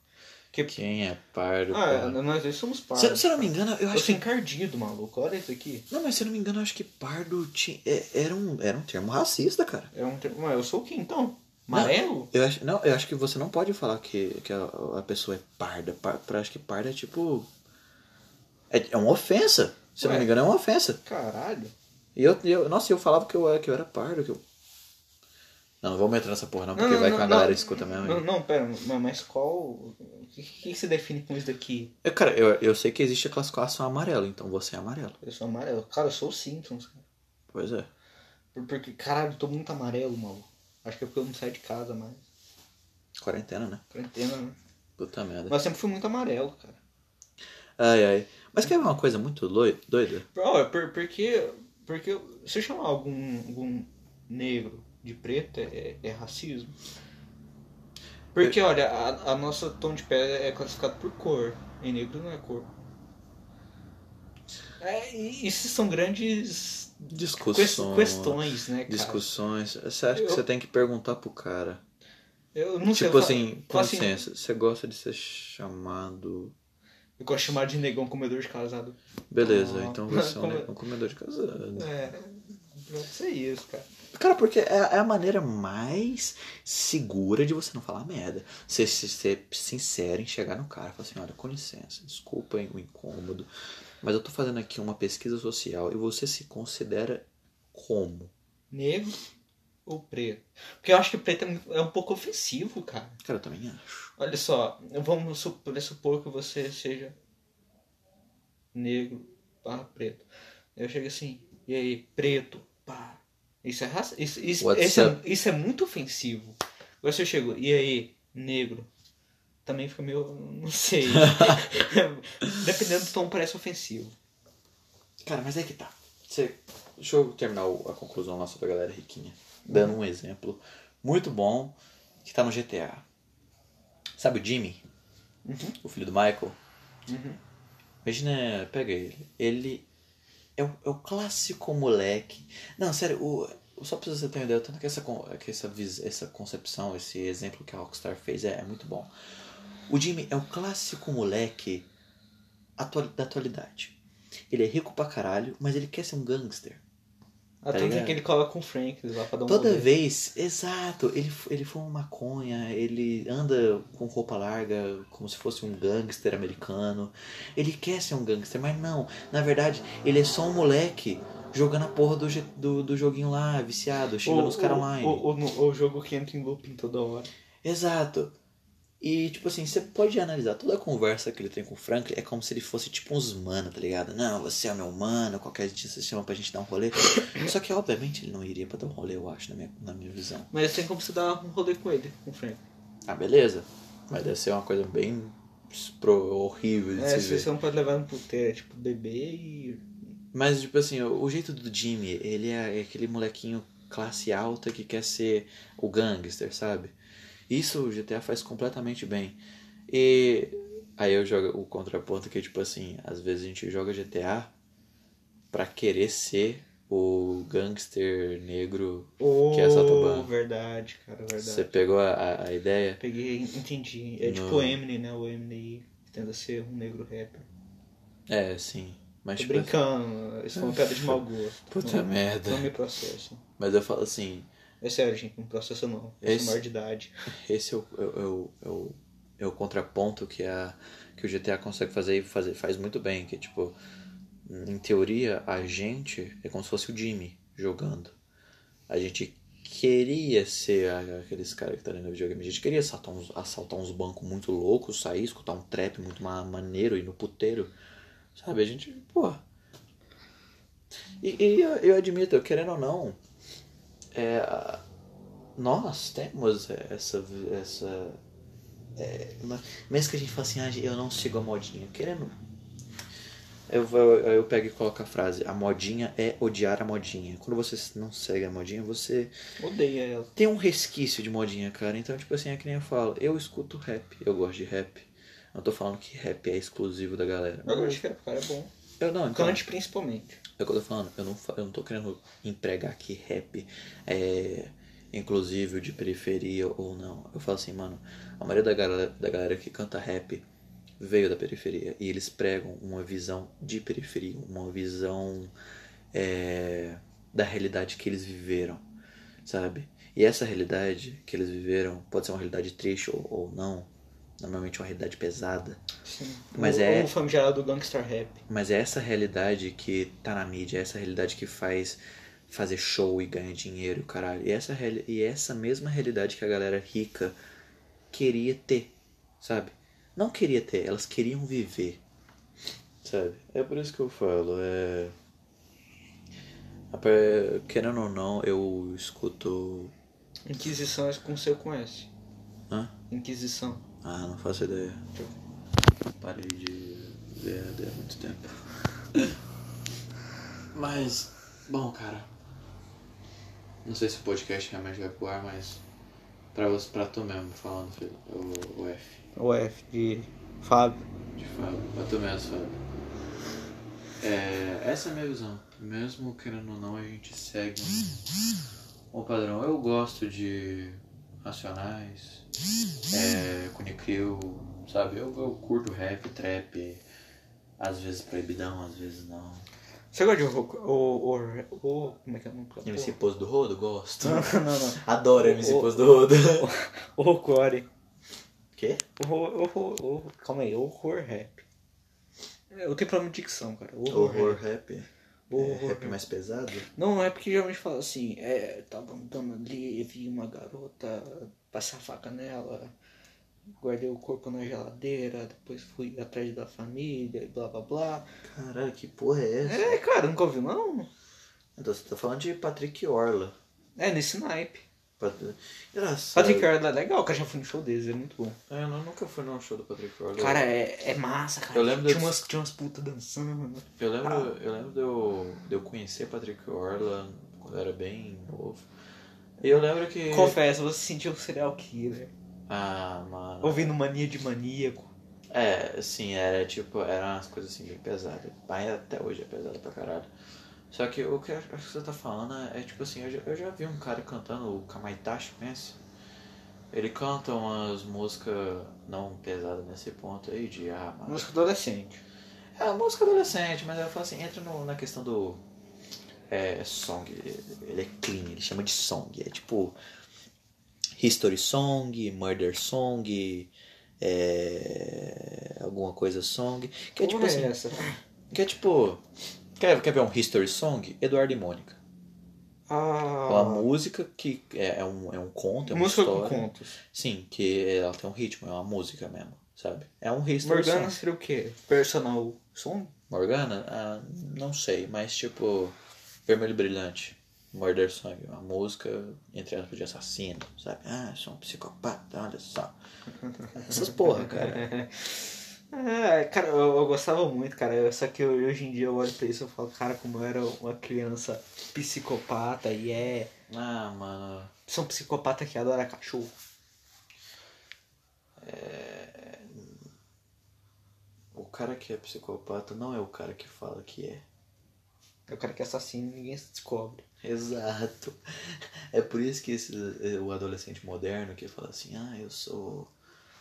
Speaker 1: Porque...
Speaker 2: Quem é pardo.
Speaker 1: Ah,
Speaker 2: cara?
Speaker 1: nós dois somos pardos.
Speaker 2: se, se eu não me engano, eu
Speaker 1: Eu
Speaker 2: acho
Speaker 1: sou
Speaker 2: que.
Speaker 1: encardido, maluco. Olha isso aqui.
Speaker 2: Não, mas se eu não me engano, eu acho que pardo ti- é- era, um, era um termo racista, cara.
Speaker 1: É um... termo- Ué, Eu sou o que então? Amarelo?
Speaker 2: Eu acho, não, eu acho que você não pode falar que, que a, a pessoa é parda. Par, pra- acho que parda é tipo. É, é uma ofensa. Se eu não
Speaker 1: Ué.
Speaker 2: me engano, é uma ofensa.
Speaker 1: Caralho.
Speaker 2: E eu, eu- nossa, eu falava que eu, era- que eu era pardo. Que eu... Não, não vamos entrar nessa porra não, porque vai que a galera escuta mesmo.
Speaker 1: Não,
Speaker 2: hein?
Speaker 1: não, pera, mas- mas qual. O que, que se define com isso daqui?
Speaker 2: Eu, cara, eu, eu sei que existe a classificação amarela, então você é amarelo.
Speaker 1: Eu sou amarelo. Cara, eu sou o Simpsons, cara.
Speaker 2: Pois é.
Speaker 1: Por- Porque, caralho, eu tô muito amarelo, maluco. Acho que é porque eu não saio de casa mais.
Speaker 2: Quarentena, né?
Speaker 1: Quarentena, né?
Speaker 2: Puta merda.
Speaker 1: Mas eu sempre fui muito amarelo, cara.
Speaker 2: Ai, ai. Mas quer ver uma coisa muito loi- doida?
Speaker 1: Bro, é por, porque. Porque se eu chamar algum, algum negro de preto é, é racismo. Porque,
Speaker 2: É.
Speaker 1: olha, a, a nossa tom de pele é classificado por cor. E negro não é cor. É, e esses são grandes Quest-
Speaker 2: Discussões.
Speaker 1: questões, né, cara?
Speaker 2: Discussões. Você acha que
Speaker 1: Eu-
Speaker 2: você tem que perguntar pro cara?
Speaker 1: Eu não sei,
Speaker 2: tipo
Speaker 1: eu
Speaker 2: assim,
Speaker 1: falo-
Speaker 2: com
Speaker 1: falo assim,
Speaker 2: licença, você gosta de ser chamado
Speaker 1: Eu gosto de chamar de negão comedor de casado.
Speaker 2: Beleza,
Speaker 1: Ah.
Speaker 2: [LAUGHS] então você é um,
Speaker 1: Como-
Speaker 2: negão comedor de casado.
Speaker 1: É. Deve ser isso, cara.
Speaker 2: Cara, porque é é a maneira mais segura de você não falar merda. Você se- ser sincero em chegar no cara e falar assim, olha, com licença, desculpa o incômodo, mas eu tô fazendo aqui uma pesquisa social e você se considera como?
Speaker 1: Negro ou preto? Porque eu acho que preto é um- é um pouco ofensivo, cara.
Speaker 2: Cara, eu também acho.
Speaker 1: Olha só, vamos supor, supor que você seja negro, barra preto. Eu chego assim, e aí, preto, pá. Isso é raça. Isso, isso,
Speaker 2: What's
Speaker 1: esse é, isso é muito ofensivo. Agora se eu chego, e aí, negro. Também fica meio. não
Speaker 2: [LAUGHS]
Speaker 1: sei. Dependendo do tom, parece ofensivo.
Speaker 2: Cara, mas é que tá. Você... Deixa eu terminar o- a conclusão nossa da galera riquinha. Dando um exemplo muito bom que tá no GTA. Sabe o Jimmy?
Speaker 1: Uhum.
Speaker 2: O filho do Michael?
Speaker 1: Uhum.
Speaker 2: Imagina, pega ele. Ele é o, é o clássico moleque. Não, sério, o, o- só pra você ter uma ideia, tanto que essa, con- que essa, vis- essa concepção, esse exemplo que a Rockstar fez é, é muito bom. O Jimmy é o clássico moleque atual- da atualidade. Ele é rico pra caralho, mas ele quer ser um gangster.
Speaker 1: Até
Speaker 2: Tá ligado?
Speaker 1: que ele cola com o Frank lá pra dar um
Speaker 2: Toda
Speaker 1: rolê.
Speaker 2: vez, exato, ele, f- ele fuma maconha, ele anda com roupa larga, como se fosse um gangster americano. Ele quer ser um gangster, mas não. Na verdade, ele é só um moleque jogando a porra do, je- do, do joguinho lá, viciado, xingando os caras online.
Speaker 1: O, o, o, o jogo que entra em looping toda hora.
Speaker 2: Exato. E, tipo assim, você pode analisar toda a conversa que ele tem com o Franklin, é como se ele fosse, tipo, uns mano, tá ligado? Não, você é meu mano, qualquer dia você chama pra gente dar um rolê. Só que, obviamente, ele não iria pra dar um rolê, eu acho, na minha, na minha visão.
Speaker 1: Mas tem como você dar um rolê com ele, com o Frank.
Speaker 2: Ah, beleza. Mas deve ser uma coisa bem pro- horrível de
Speaker 1: É,
Speaker 2: se ver.
Speaker 1: você não pode levar no puteiro, é tipo beber e.
Speaker 2: Mas, tipo assim, o, o jeito do Jimmy, ele é aquele molequinho classe alta que quer ser o gangster, sabe? Isso o GTA faz completamente bem. E aí eu jogo o contraponto que, tipo assim, às vezes a gente joga GTA pra querer ser o gangster negro.
Speaker 1: Oh,
Speaker 2: Que é Satubá.
Speaker 1: Verdade, cara, verdade.
Speaker 2: Você pegou a- a, a ideia?
Speaker 1: Peguei, entendi. É
Speaker 2: Não.
Speaker 1: tipo o Eminem, né? O Eminem que tenta ser um negro rapper.
Speaker 2: É, sim. Mas,
Speaker 1: Tô
Speaker 2: tipo, assim,
Speaker 1: brincando, isso foi uma piada de
Speaker 2: [LAUGHS]
Speaker 1: mau gosto.
Speaker 2: puta
Speaker 1: não,
Speaker 2: merda.
Speaker 1: Não me processem.
Speaker 2: Mas eu falo assim,
Speaker 1: É sério, gente, não me processa não. Eu
Speaker 2: Esse-
Speaker 1: sou maior de idade.
Speaker 2: Esse é o, é o- é o- é o- é o contraponto que, a, que o GTA consegue fazer e fazer, faz muito bem. Que, tipo, em teoria, a gente é como se fosse o Jimmy jogando. A gente queria ser a- aqueles caras que tá no videogame. A gente queria assaltar uns, assaltar uns bancos muito loucos, sair, escutar um trap muito ma- maneiro, ir no puteiro. Sabe? A gente, pô. E, e eu, eu admito, querendo ou não, é, a- nós temos essa. essa é, uma- mesmo que a gente fale assim, ah, eu não sigo a modinha, querendo. Eu, vou- eu, pego e coloco a frase: a modinha é odiar a modinha. Quando você não segue a modinha, você
Speaker 1: Odeia ela.
Speaker 2: tem um resquício de modinha, cara. Então, tipo assim, é que nem eu falo: eu escuto rap, eu gosto de rap. Eu Não tô falando que rap é exclusivo da galera.
Speaker 1: Eu gosto de rap, cara, é bom.
Speaker 2: Eu não, então.
Speaker 1: Kant principalmente.
Speaker 2: É o que eu tô falando, eu não, fa- eu não tô querendo empregar aqui rap é, inclusive de periferia ou não. Eu falo assim, mano, a maioria da galera, da galera que canta rap veio da periferia e eles pregam uma visão de periferia, uma visão é, da realidade que eles viveram, sabe? E essa realidade que eles viveram pode ser uma realidade triste ou, ou não, normalmente uma realidade pesada,
Speaker 1: Sim.
Speaker 2: Mas
Speaker 1: o,
Speaker 2: é-
Speaker 1: o famigerado do Gangster Rap.
Speaker 2: mas é essa realidade que tá na mídia, é essa realidade que faz fazer show e ganhar dinheiro, caralho. E essa, reali- e é essa mesma realidade que a galera rica queria ter, sabe? Não queria ter, elas queriam viver, sabe? É por isso que eu falo, é. Apre- Querendo ou não, eu escuto.
Speaker 1: Inquisição é com seu com S.
Speaker 2: Hã?
Speaker 1: Inquisição.
Speaker 2: Ah, não faço ideia. Parei de ver há muito tempo. [LAUGHS] Mas, bom, cara. Não sei se o podcast realmente vai pro ar, mas. Pra, você, pra tu mesmo falando, filho, o, o F.
Speaker 1: O F de Fábio.
Speaker 2: De Fábio. Pra tu mesmo, Fábio. É, essa é a minha visão. Mesmo querendo ou não, a gente segue um, um padrão. Eu gosto de Racionais, é, Cunecreu, sabe? Eu, eu curto rap, trap, Às vezes proibidão, às vezes não.
Speaker 1: Você gosta de o, o, o, o como é que é o nome?
Speaker 2: MC Pose do Rodo? Gosto.
Speaker 1: Não, não, não.
Speaker 2: [LAUGHS] Adoro
Speaker 1: O-
Speaker 2: MC
Speaker 1: o-
Speaker 2: Pose
Speaker 1: [LAUGHS]
Speaker 2: do Rodo.
Speaker 1: O core.
Speaker 2: Quê?
Speaker 1: Horror, horror, horror. Calma aí, horror rap. É, Eu tenho problema de dicção, cara. Horror,
Speaker 2: Horror
Speaker 1: rap.
Speaker 2: rap?
Speaker 1: Horror
Speaker 2: É, rap
Speaker 1: rap.
Speaker 2: mais pesado?
Speaker 1: Não, é porque geralmente fala assim, é, tava andando ali e vi uma garota passar faca nela, guardei o corpo na geladeira, depois fui atrás da família e blá blá blá.
Speaker 2: Caralho, que porra é essa?
Speaker 1: É, cara, nunca ouviu não?
Speaker 2: Então você tá falando de Patrick Orla.
Speaker 1: É, nesse naipe.
Speaker 2: Pat- Engraçado.
Speaker 1: Patrick Orla é legal, cara, já fui no show deles, é muito bom.
Speaker 2: É, Eu não- nunca fui num show do Patrick Orla.
Speaker 1: Cara, é, é massa, cara.
Speaker 2: Eu lembro
Speaker 1: tinha,
Speaker 2: das-
Speaker 1: umas, tinha umas putas dançando.
Speaker 2: Eu lembro,
Speaker 1: ah.
Speaker 2: eu lembro de, eu, de eu conhecer Patrick Orla quando eu era bem novo. E eu lembro que.
Speaker 1: Confesso, você se sentiu um serial killer.
Speaker 2: Ah, mano.
Speaker 1: Ouvindo mania de maníaco.
Speaker 2: É, assim, era tipo, eram umas coisas assim bem pesadas. Mas até hoje é pesado pra caralho. Só que o que eu acho que você tá falando é tipo assim, eu já, eu já vi um cara cantando o Kamaitachi, conhece? Ele canta umas músicas não pesadas nesse ponto aí de ah, mas...
Speaker 1: Música adolescente.
Speaker 2: É uma música adolescente, mas eu falo assim, entra no- na questão do. É, song. Ele é clean, ele chama de song. É tipo. History song, murder song, é, alguma coisa song. Que é tipo
Speaker 1: Porra
Speaker 2: assim.
Speaker 1: essa?
Speaker 2: Que é tipo. Quer, quer ver um history song? Eduardo e Mônica. É uma
Speaker 1: Ah,
Speaker 2: música que é, é um, é um conto, é uma
Speaker 1: música com
Speaker 2: história.
Speaker 1: contos.
Speaker 2: Sim, que ela tem um ritmo, é uma música mesmo, sabe? É um history
Speaker 1: Morgana
Speaker 2: song.
Speaker 1: seria o quê? Personal song?
Speaker 2: Morgana? Ah, não sei, mas tipo, Vermelho Brilhante, Murder Song, uma música, entre aspas, de assassino, sabe? Ah, sou um psicopata, olha só. Essas porra, cara.
Speaker 1: [LAUGHS] É, cara, eu, eu gostava muito, cara. Eu- Só que eu- hoje em dia eu olho pra isso e eu falo, cara, como eu era uma criança psicopata e é.
Speaker 2: Ah, mano.
Speaker 1: São psicopata que adora cachorro.
Speaker 2: O cara que é psicopata não é o cara que fala que é.
Speaker 1: É o cara que é assassino e ninguém se descobre.
Speaker 2: Exato. É por isso que esse, eh, o adolescente moderno que fala assim, ah, eu sou.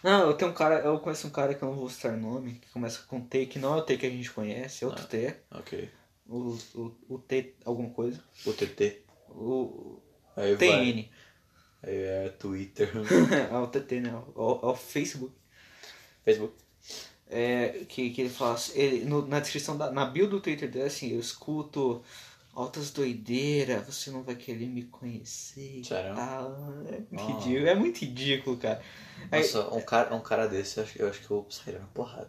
Speaker 1: Não, eu tenho um cara, eu conheço um cara que eu não vou citar nome, que começa com T, que não é o T que a gente conhece, é
Speaker 2: Ah.
Speaker 1: outro T.
Speaker 2: Ok.
Speaker 1: O, o, o T alguma coisa.
Speaker 2: O TT.
Speaker 1: O
Speaker 2: Aí vai.
Speaker 1: TN.
Speaker 2: Aí é Twitter.
Speaker 1: [LAUGHS]
Speaker 2: [LAUGHS]
Speaker 1: é o TT, né? É o, é o Facebook.
Speaker 2: Facebook.
Speaker 1: É, que, que ele fala assim, ele, no- na descrição da, na bio do Twitter dele é assim, eu escuto altas doideiras, você não vai querer me conhecer e
Speaker 2: Sério?
Speaker 1: tal. É
Speaker 2: Ah.
Speaker 1: ridículo, é muito ridículo, cara. Aí-
Speaker 2: Nossa, um cara, um cara desse, eu acho, eu acho que eu sairia na porrada.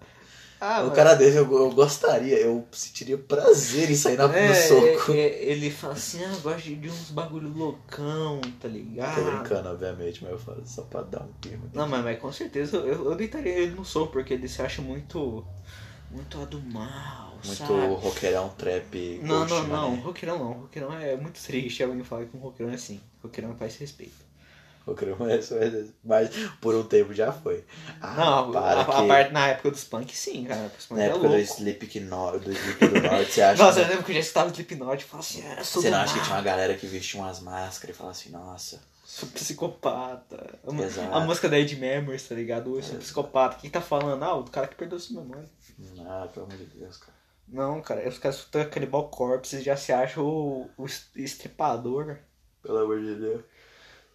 Speaker 1: ah,
Speaker 2: um
Speaker 1: mas-
Speaker 2: cara desse eu, eu gostaria, eu sentiria prazer em sair na, no
Speaker 1: é,
Speaker 2: um soco.
Speaker 1: é, é, ele fala assim, ah, eu gosto de, de uns bagulho loucão, tá ligado?
Speaker 2: Tô brincando, obviamente, mas eu falo só pra dar um pirro.
Speaker 1: Não, mas, mas com certeza eu, eu deitaria ele no soco, porque ele se acha muito. Muito a do mal,
Speaker 2: Muito né?
Speaker 1: sabe?
Speaker 2: roqueirão, trap,
Speaker 1: Não, não,
Speaker 2: ghost,
Speaker 1: não.
Speaker 2: mané.
Speaker 1: Roqueirão não. Roqueirão é muito triste alguém falar que um roqueirão é assim. Roqueirão faz respeito.
Speaker 2: Roqueirão é só- mas por um tempo já foi. Ah,
Speaker 1: não,
Speaker 2: para
Speaker 1: a, a
Speaker 2: que...
Speaker 1: parte na época dos punk, sim, cara. Os punk
Speaker 2: Na
Speaker 1: é
Speaker 2: época do
Speaker 1: louco.
Speaker 2: Sleep, que no, do Sleep do Norte, você
Speaker 1: [LAUGHS]
Speaker 2: acha...
Speaker 1: Nossa, eu
Speaker 2: que-
Speaker 1: lembro que eu já escutava Slipknot e falava assim, é, eu sou
Speaker 2: Você
Speaker 1: do
Speaker 2: não acha que
Speaker 1: mal,
Speaker 2: tinha uma galera que vestia umas máscaras e falava assim, nossa,
Speaker 1: sou psicopata. A, mu-
Speaker 2: Exato.
Speaker 1: a música da Ed Memories, tá ligado? Eu sou psicopata. Quem tá falando? Ah, o cara que perdeu sua memória.
Speaker 2: ah, pelo amor de Deus, cara.
Speaker 1: Não, cara, os caras escutam Cannibal Corpse e já se acham o, o es- estripador.
Speaker 2: Pelo amor de Deus.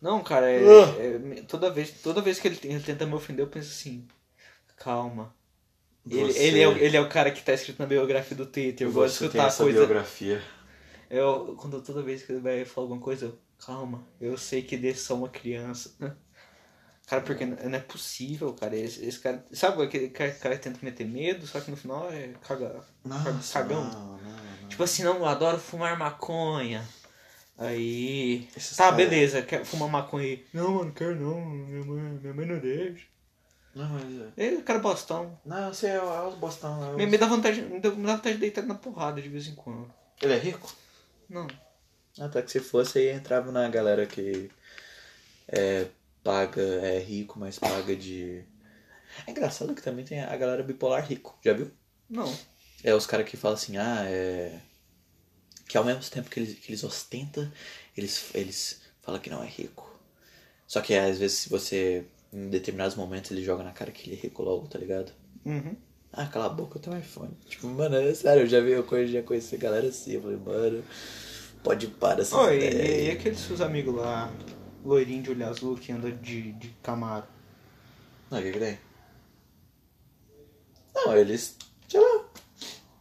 Speaker 1: Não, cara, é-
Speaker 2: Ah.
Speaker 1: é- me- toda, vez, toda vez que ele, tem- ele tenta me ofender, eu penso assim, calma. Ele,
Speaker 2: Você-
Speaker 1: ele, é, o- ele é o cara que tá escrito na biografia do Twitter. Eu gosto de
Speaker 2: Você tem
Speaker 1: escutar
Speaker 2: essa
Speaker 1: coisa.
Speaker 2: biografia.
Speaker 1: Eu, quando toda vez que ele vai falar alguma coisa, eu, calma, eu sei que desse só uma criança. [LAUGHS] Cara, porque não não é possível, cara. Esse, esse cara. Sabe aquele cara, cara que tenta meter medo, só que no final é caga,
Speaker 2: Nossa,
Speaker 1: cagão?
Speaker 2: Não, não, não.
Speaker 1: Tipo assim, não, eu adoro fumar maconha. Aí.
Speaker 2: Esses
Speaker 1: Tá,
Speaker 2: caras-
Speaker 1: beleza, quer fumar maconha aí. Não, mano, quero não. Minha mãe, minha mãe não deixa.
Speaker 2: Não, mas. é.
Speaker 1: Aí o é um cara bostão.
Speaker 2: Não, você é, o- é os bostão. é os-
Speaker 1: Me, me dá vontade. Me dá me dá vontade de deitar na porrada de vez em quando.
Speaker 2: Ele é rico?
Speaker 1: Não.
Speaker 2: Até que se fosse, aí entrava na galera que é, paga, é rico, mas paga de. É engraçado que também tem a galera bipolar rico, já viu?
Speaker 1: Não.
Speaker 2: É os caras que falam assim, ah, é. Que ao mesmo tempo que eles, que eles ostentam, eles, eles falam que não é rico. Só que às vezes se você. Em determinados momentos ele joga na cara que ele é rico logo, tá ligado?
Speaker 1: Uhum.
Speaker 2: Ah, cala a boca, eu tenho um iPhone. Tipo, mano, é sério, eu já vi, eu conhe- já conheci a galera assim. Eu falei, mano, pode parar essas
Speaker 1: Oi, e, e
Speaker 2: ideias.
Speaker 1: aqueles seus amigos lá, loirinho de olho azul que anda de, de camaro?
Speaker 2: Não, o que que tem? Não, eles, sei lá,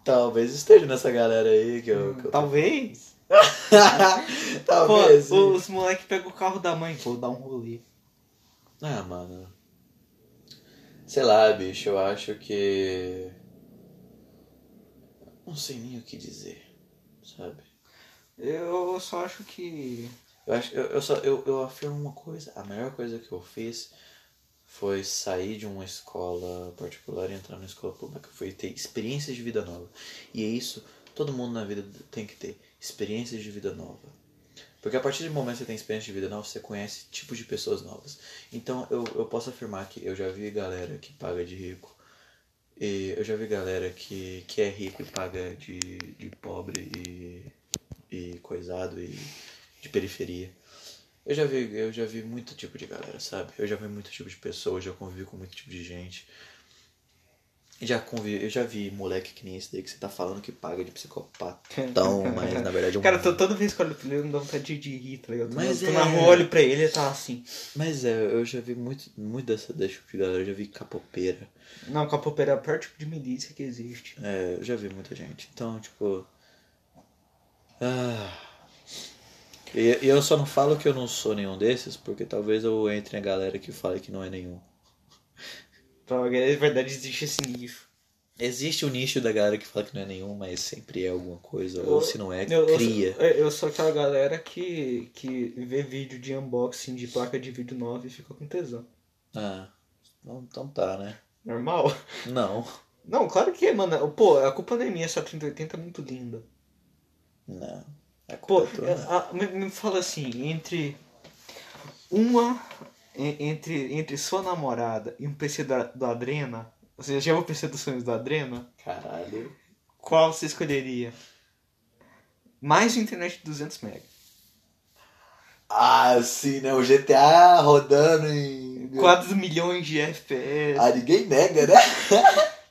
Speaker 2: talvez esteja nessa galera aí É que eu... que eu-
Speaker 1: Talvez.
Speaker 2: talvez.
Speaker 1: Hum. Pô, os moleques pegam o carro da mãe, vou dar um rolê.
Speaker 2: Ah, mano. Sei lá, bicho, eu acho que. Não sei nem o que dizer, sabe?
Speaker 1: Eu só acho que.
Speaker 2: Eu acho eu, eu só eu, eu afirmo uma coisa, a melhor coisa que eu fiz foi sair de uma escola particular e entrar numa escola pública, foi ter experiências de vida nova. E é isso, todo mundo na vida tem que ter experiências de vida nova. Porque a partir do momento que você tem experiência de vida nova, você conhece tipos de pessoas novas. Então eu, eu posso afirmar que eu já vi galera que paga de rico, e eu já vi galera que, que é rico e paga de, de pobre e, e coisado e de periferia. Eu já vi, eu já vi muito tipo de galera, sabe? Eu já vi muito tipo de pessoa, eu já convivi com muito tipo de gente. E Já convivi, eu já vi moleque que nem esse daí que você tá falando que paga
Speaker 1: [LAUGHS]
Speaker 2: de psicopatão, mas na verdade é um
Speaker 1: Cara, tá tô, toda vez que eu olho pra ele, não dá vontade de rir, tá ligado?
Speaker 2: Mas
Speaker 1: eu tô
Speaker 2: é-
Speaker 1: na rua, olho pra ele e tá assim.
Speaker 2: Mas é, eu já vi muito, muito dessa, desse tipo de galera, eu já vi capoeira,
Speaker 1: Não, capoeira é o pior tipo de milícia que existe.
Speaker 2: é, eu já vi muita gente. Então, tipo. Ah. E, e eu só não falo que eu não sou nenhum desses, porque talvez eu entre na galera que fala que não é nenhum.
Speaker 1: Droga, na Então, é verdade existe esse nicho.
Speaker 2: Existe o nicho da galera que fala que não é nenhum, mas sempre é alguma coisa,
Speaker 1: Eu-
Speaker 2: ou se não é,
Speaker 1: Eu, eu,
Speaker 2: cria.
Speaker 1: sou- eu sou aquela galera que, que vê vídeo de unboxing de placa de vídeo nova e fica com tesão.
Speaker 2: Ah, então, então tá, né?
Speaker 1: Normal. [LAUGHS]
Speaker 2: Não,
Speaker 1: Não, claro que é, mano. Pô, a culpa não é minha, essa 3080 é muito linda.
Speaker 2: não. É
Speaker 1: Pô,
Speaker 2: culpa tua.
Speaker 1: a- a- me, me fala assim, entre uma. en- Entre, entre sua namorada e um PC da, do Adrena, você já viu o PC dos sonhos do
Speaker 2: né?
Speaker 1: Adrena?
Speaker 2: Caralho.
Speaker 1: Qual você escolheria? Mais o internet de 200 MB.
Speaker 2: Ah, sim, né? O GTA rodando em.
Speaker 1: 4 milhões de FPS.
Speaker 2: Ah, ninguém nega, né?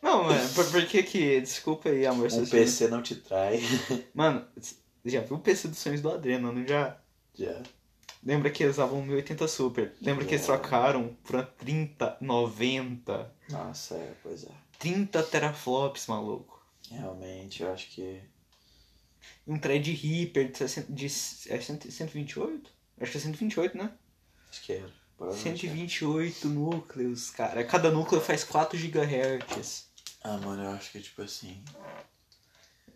Speaker 1: Não, mano, por, por que que. Desculpa aí, amor.
Speaker 2: Um
Speaker 1: seu sonho.
Speaker 2: PC não te trai.
Speaker 1: Mano, c- já viu o PC dos sonhos do Adrena, não já?
Speaker 2: Já.
Speaker 1: Lembra que eles usavam 1080 Super? Lembra que eles
Speaker 2: Nossa.
Speaker 1: trocaram pra 30, 90,
Speaker 2: Nossa, é, pois é.
Speaker 1: 30 teraflops, maluco.
Speaker 2: Realmente, eu acho que.
Speaker 1: Um thread Reaper de, 60 de é 100 128? Acho que é 128, né?
Speaker 2: Acho que era. Provavelmente. é. era.
Speaker 1: 128 núcleos, cara. Cada núcleo faz 4 GHz.
Speaker 2: Ah, mano, eu acho que tipo assim.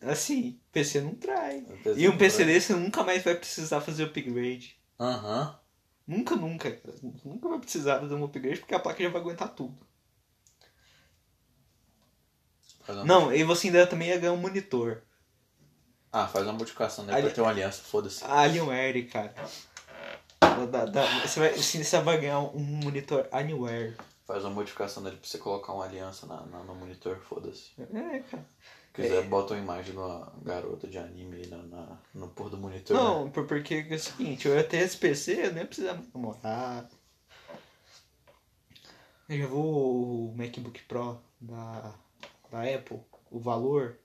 Speaker 1: Assim, PC não trai.
Speaker 2: eu pensei
Speaker 1: E um
Speaker 2: que-
Speaker 1: PC desse nunca mais vai precisar fazer upgrade.
Speaker 2: Aham.
Speaker 1: Nunca, nunca. cara. Nunca vai precisar fazer um upgrade porque a placa já vai aguentar tudo.
Speaker 2: Faz uma-
Speaker 1: Não, e você ainda também ia ganhar um monitor.
Speaker 2: Ah, faz uma modificação daí
Speaker 1: Ali-
Speaker 2: pra ter uma aliança, foda-se.
Speaker 1: Ah, Alienware, cara. Da- da- da- você, vai, você vai ganhar um monitor Alienware.
Speaker 2: Faz uma modificação dele pra você colocar uma aliança na, na- no monitor, foda-se.
Speaker 1: É, cara.
Speaker 2: Quiser, bota uma imagem de uma garota de anime aí na, na- no pôr do monitor. né?
Speaker 1: Não, por- porque é o seguinte, eu ia ter esse PC, eu nem precisava namorar. Eu já vou o MacBook Pro da, da Apple, o valor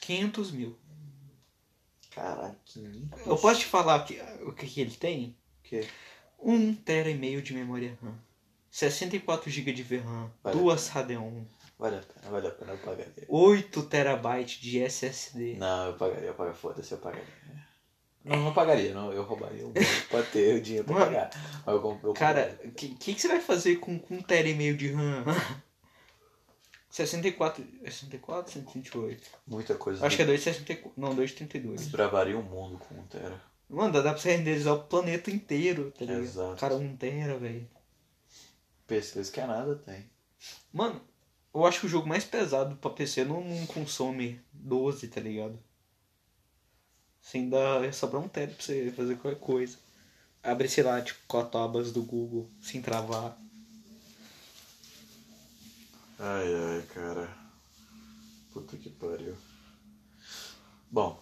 Speaker 1: 500 mil.
Speaker 2: Caraca, que lindo.
Speaker 1: Eu posso te falar o que, o que, que ele tem?
Speaker 2: Que?
Speaker 1: 1 tera e meio de memória RAM, 64 GB de VRAM,
Speaker 2: Vale.
Speaker 1: duas HDM1,
Speaker 2: Vale a pena, vale a pena, eu pagaria.
Speaker 1: 8 terabytes de SSD.
Speaker 2: Não, eu pagaria, eu pagaria, foda-se, eu pagaria. Não, não pagaria, não, eu roubaria o banco pra ter o dinheiro pra
Speaker 1: Mano.
Speaker 2: pagar. Mas eu, comp- eu
Speaker 1: Cara, o que, que, que você vai fazer com, com um tera e meio de RAM? [LAUGHS] 64, 64, 128.
Speaker 2: Muita coisa.
Speaker 1: Acho que é 2,64. Não, 2,32.
Speaker 2: Desbravaria o mundo com um Tera.
Speaker 1: Mano, dá dá pra você renderizar o planeta inteiro, tá ligado?
Speaker 2: Exato.
Speaker 1: Cara, um tera, velho.
Speaker 2: PCs que é nada tem.
Speaker 1: Mano, eu acho que o jogo mais pesado pra PC não, não consome 12, tá ligado? Você ainda é sobrar um tera pra você fazer qualquer coisa. Abre, sei lá, tipo, quatro abas do Google sem travar.
Speaker 2: Ai, ai, cara. Puta que pariu. Bom,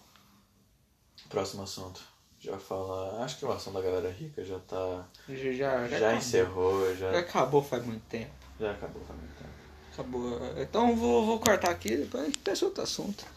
Speaker 2: próximo assunto. Já fala. Acho que o assunto da galera rica já tá.
Speaker 1: Já, já,
Speaker 2: Já encerrou,
Speaker 1: Já É.
Speaker 2: já,
Speaker 1: acabou faz muito tempo.
Speaker 2: já acabou tá? faz muito tempo.
Speaker 1: Acabou. Então vou, vou cortar aqui, depois a gente pensa outro assunto.